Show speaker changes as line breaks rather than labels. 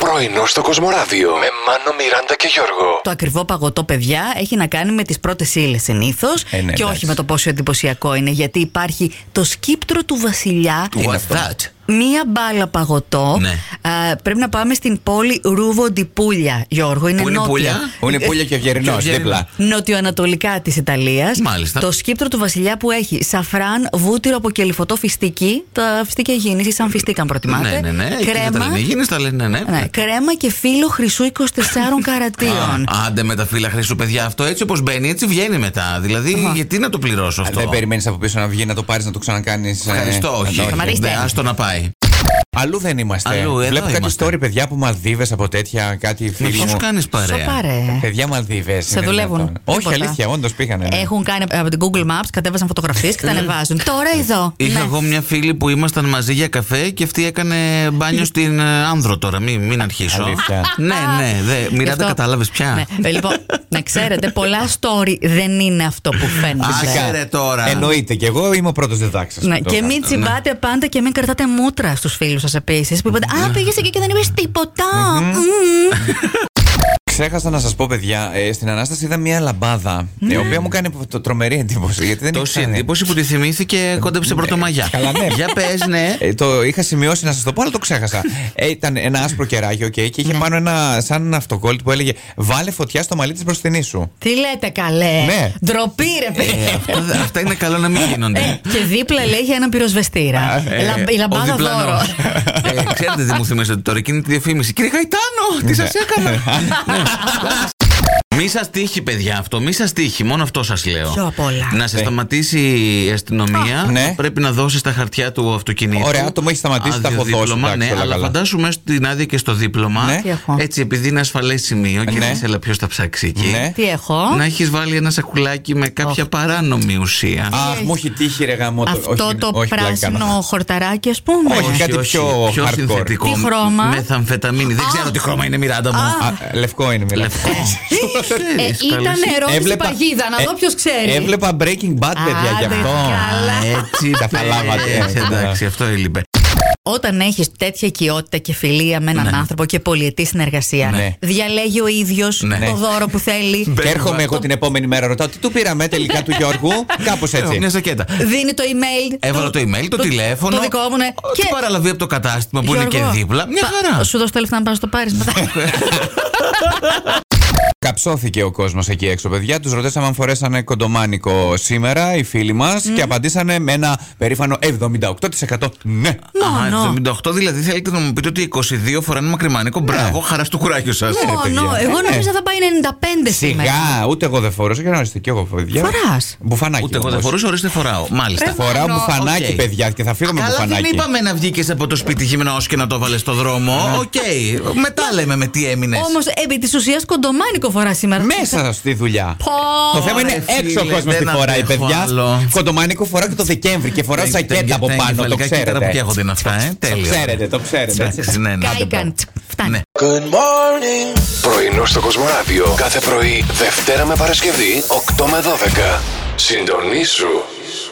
Πρωινό στο Κοσμοράδιο με Μάνο, Μιράντα και Γιώργο.
Το ακριβό παγωτό, παιδιά, έχει να κάνει με τις πρώτες ύλες συνήθως.
Ε,
και
ναι, εντάξει.
όχι με το πόσο εντυπωσιακό είναι, γιατί υπάρχει το σκύπτρο του Βασιλιά.
Τι είναι
What's
αυτό?
that?
Μία μπάλα παγωτό.
Ναι.
Α, πρέπει να πάμε στην πόλη Ρούβο Ντιπούλια, Γιώργο. Είναι,
Πού είναι η
νότια.
Πούλια?
Που είναι πουλια και γερινός,
Και ο Γερινός.
δίπλα.
Νοτιοανατολικά της Ιταλίας.
Μάλιστα.
Το σκύπτρο του Βασιλιά που έχει σαφράν, βούτυρο από κελυφωτό φιστίκι. Τα φιστίκια γέννηση, σαν φιστίκι αν προτιμάτε.
Ναι, ναι, ναι. εκεί δεν Τα
Κρέμα.
λένε Γίνες, τα λένε, ναι.
Ναι, κρέμα και φύλλο χρυσού 24 καρατίων.
Α, άντε με τα φύλλα χρυσού, παιδιά. Αυτό έτσι όπως μπαίνει, έτσι βγαίνει μετά. Δηλαδή, γιατί να το πληρώσω αυτό.
Δεν περιμένεις από πίσω να βγει, να το πάρεις, να το ε, ξανακάνει.
Ευχαριστώ, όχι.
Σταματήστε.
Ναι, άστο να πάει.
Αλλού δεν είμαστε.
Αλλού, εδώ
Βλέπω κάτι
είμαστε.
story, παιδιά, από Μαλδίβες, από τέτοια, κάτι
Με
φίλοι
ποιου
μου.
κάνεις παρέα.
Σοπαρέ.
Παιδιά Μαλδίβες.
Σε δουλεύουν.
Όχι,
Τίποτα.
αλήθεια, όντως πήγανε. ναι.
Έχουν κάνει ε, από την Google Maps, κατέβασαν φωτογραφίες και τα ανεβάζουν. Τώρα εδώ.
Είχα
Ναι.
εγώ μια φίλη που ήμασταν μαζί για καφέ και αυτή έκανε μπάνιο στην ε, άνδρο τώρα. Μην, μην αρχίσω.
Αλήθεια.
ναι, ναι, δε. Μοιράτα,
Αυτό-
κατάλαβες πια.
Ναι. Ε, Λοιπόν, να ξέρετε, πολλά story δεν είναι αυτό που φαίνεται.
Φυσικά. Άξερε τώρα.
Ε, Εννοείται και εγώ είμαι ο πρώτος διδάξας.
Ναι, και μην τσιμπάτε πάντα και μην κρατάτε μούτρα στους φίλους σα επίσης. Που είπατε Α, πήγες εκεί και δεν είπες τίποτα. Μμμ.
Ξέχασα να σας πω, παιδιά, ε, στην Ανάσταση είδα μια λαμπάδα
Ναι.
η οποία μου κάνει το- τρομερή εντύπωση. Γιατί δεν
Τόση
ήξερα.
εντύπωση που τη θυμήθηκε κόντεψε πρωτομαγιά.
Ναι. Καλά, ναι.
Για πες, ναι.
Ε, το είχα σημειώσει να σας το πω, αλλά το ξέχασα. Ε, ήταν ένα άσπρο κεράκι, οκ, και
Ναι.
είχε πάνω ένα σαν ένα αυτοκόλλητ που έλεγε Βάλε φωτιά στο μαλλί της μπροστινή σου.
Τι λέτε καλέ.
Ναι.
Ντροπή, ρε
Ε,
παιδιά. Ε,
αυτά- Αυτά είναι καλό να μην γίνονται.
Και δίπλα λέει για έναν πυροσβεστήρα.
Ε,
Λα- Η
ο
λαμπάδα
διπλανός.
δώρο.
Ε, Ξέρετε τι μου θυμίζετε τώρα, εκείνη τη διαφήμιση. Κύριε Γαϊτάνο, τι σας έκανα. Ναι. Μη σας τύχει, παιδιά, αυτό. Μη σας τύχει. Μόνο αυτό σας λέω.
Πιο απ' όλα.
Να σε
Ναι.
σταματήσει η αστυνομία.
Ναι.
Πρέπει να δώσεις τα χαρτιά του αυτοκινήτου.
Ωραία, άτομο έχει σταματήσει, τα έχω δώσει,
Αδειοδίπλωμα,
εντάξει,
Ναι,
όλα
αλλά
καλά.
φαντάσου μέσα στην άδεια και στο δίπλωμα.
Ναι.
Τι έχω?
Έτσι, επειδή είναι ασφαλές σημείο και
Ναι.
δεν ξέρει ποιος θα ψάξει εκεί.
Ναι.
Τι έχω.
Ε. Να έχεις βάλει ένα σακουλάκι με κάποια παράνομη ουσία.
Αχ, μου έχεις τύχει ρε γαμό.
Αυτό το πράσινο χορταράκι, ας πούμε.
ναι. Όχι, κάτι πιο hardcore.
συνθετικό.
Τι χρώμα?
Μεθαμφεταμίνη. Δεν ξέρω τι χρώμα είναι, Μιράντα μου.
Λευκό είναι, μιλάω.
Λευκό.
Ε,
Ξέρεις,
ήταν
καλώς.
ερώτηση
Έβλεπα-
παγίδα, να δω
ε,
ποιος ξέρει.
Έβλεπα Breaking Bad, παιδιά, γι'
Άντε,
αυτό.
καλά.
Α, Έτσι
Τα καταλάβατε.
πες. Ε, Εντάξει, αυτό έλειπε.
Όταν έχεις τέτοια οικειότητα και φιλία με έναν άνθρωπο και πολιετή συνεργασία,
Ναι.
διαλέγει ο ίδιος
Ναι.
το δώρο που θέλει.
Και έρχομαι εγώ την επόμενη μέρα, ρωτάω τι του πήραμε τελικά του Γιώργου. Κάπως
Ε, Μια
έτσι.
ζακέτα.
Δίνει το email.
Έβαλα το email, το τηλέφωνο.
Το δικό μου, ναι.
Και παραλαβεί από το κατάστημα που είναι και
Γιώργο,
δίπλα. Μια
πα-
χαρά. Ναι.
Σου δώσω τα λεφτά να πα το πάρει μετά.
Καψώθηκε ο κόσμος εκεί έξω, παιδιά. Τους ρωτήσαμε αν φορέσανε κοντομάνικο σήμερα οι φίλοι μας και απαντήσανε με ένα περήφανο 78%. Ναι.
Α,
Μόνο.
78 δηλαδή θέλετε να μου πείτε ότι 22 φοράνε μακριμάνικο. Μπράβο, χαρά στο κουράγιο σας.
Μόνο.
παιδιά.
Εγώ
Ναι.
νόμιζα θα πάει 95 σήμερα.
Ναι.
Σιγά, ούτε εγώ δεν φορούσα και να ορίστε κι εγώ, παιδιά.
Φοράς.
Μπουφανάκι.
Ούτε εγώ δεν
όμως.
φορούσα, ορίστε φοράω. Μάλιστα.
Φοράω μπουφανάκι,
Οκ.
παιδιά, και θα φύγω με
Καλά,
μπουφανάκι.
δεν είπαμε να βγήκες από το σπίτι γυμνός και να το βάλες στο δρόμο. Οκ. Μετά λέμε με τι έμεινες.
Όμως επί της ουσίας κοντομάνικο φορά σήμερα.
Ναι.
Μέσα στη δουλειά.
Πω.
Το θέμα είναι
ρε,
έξω ο
φίλε,
κόσμος
δεν
τη φοράει,
αντέχω
παιδιά.
άλλο.
Κοντομάνικο φοράω και το Δεκέμβρη και φοράω σακέτα
Ναι,
από πάνω. Το
Κοίτα που
ξέρετε.
καίγονται είναι αυτά, ε.
Το
Τέλειος.
ξέρετε, το ξέρετε.
Εντάξει, ναι, ναι.
Κάηκαν. Τσπ, Φτάνει.
Ναι.
Πρωινό στο Κοσμοράδιο κάθε πρωί, Δευτέρα με Παρασκευή, 8 με 12. Συντονίσου.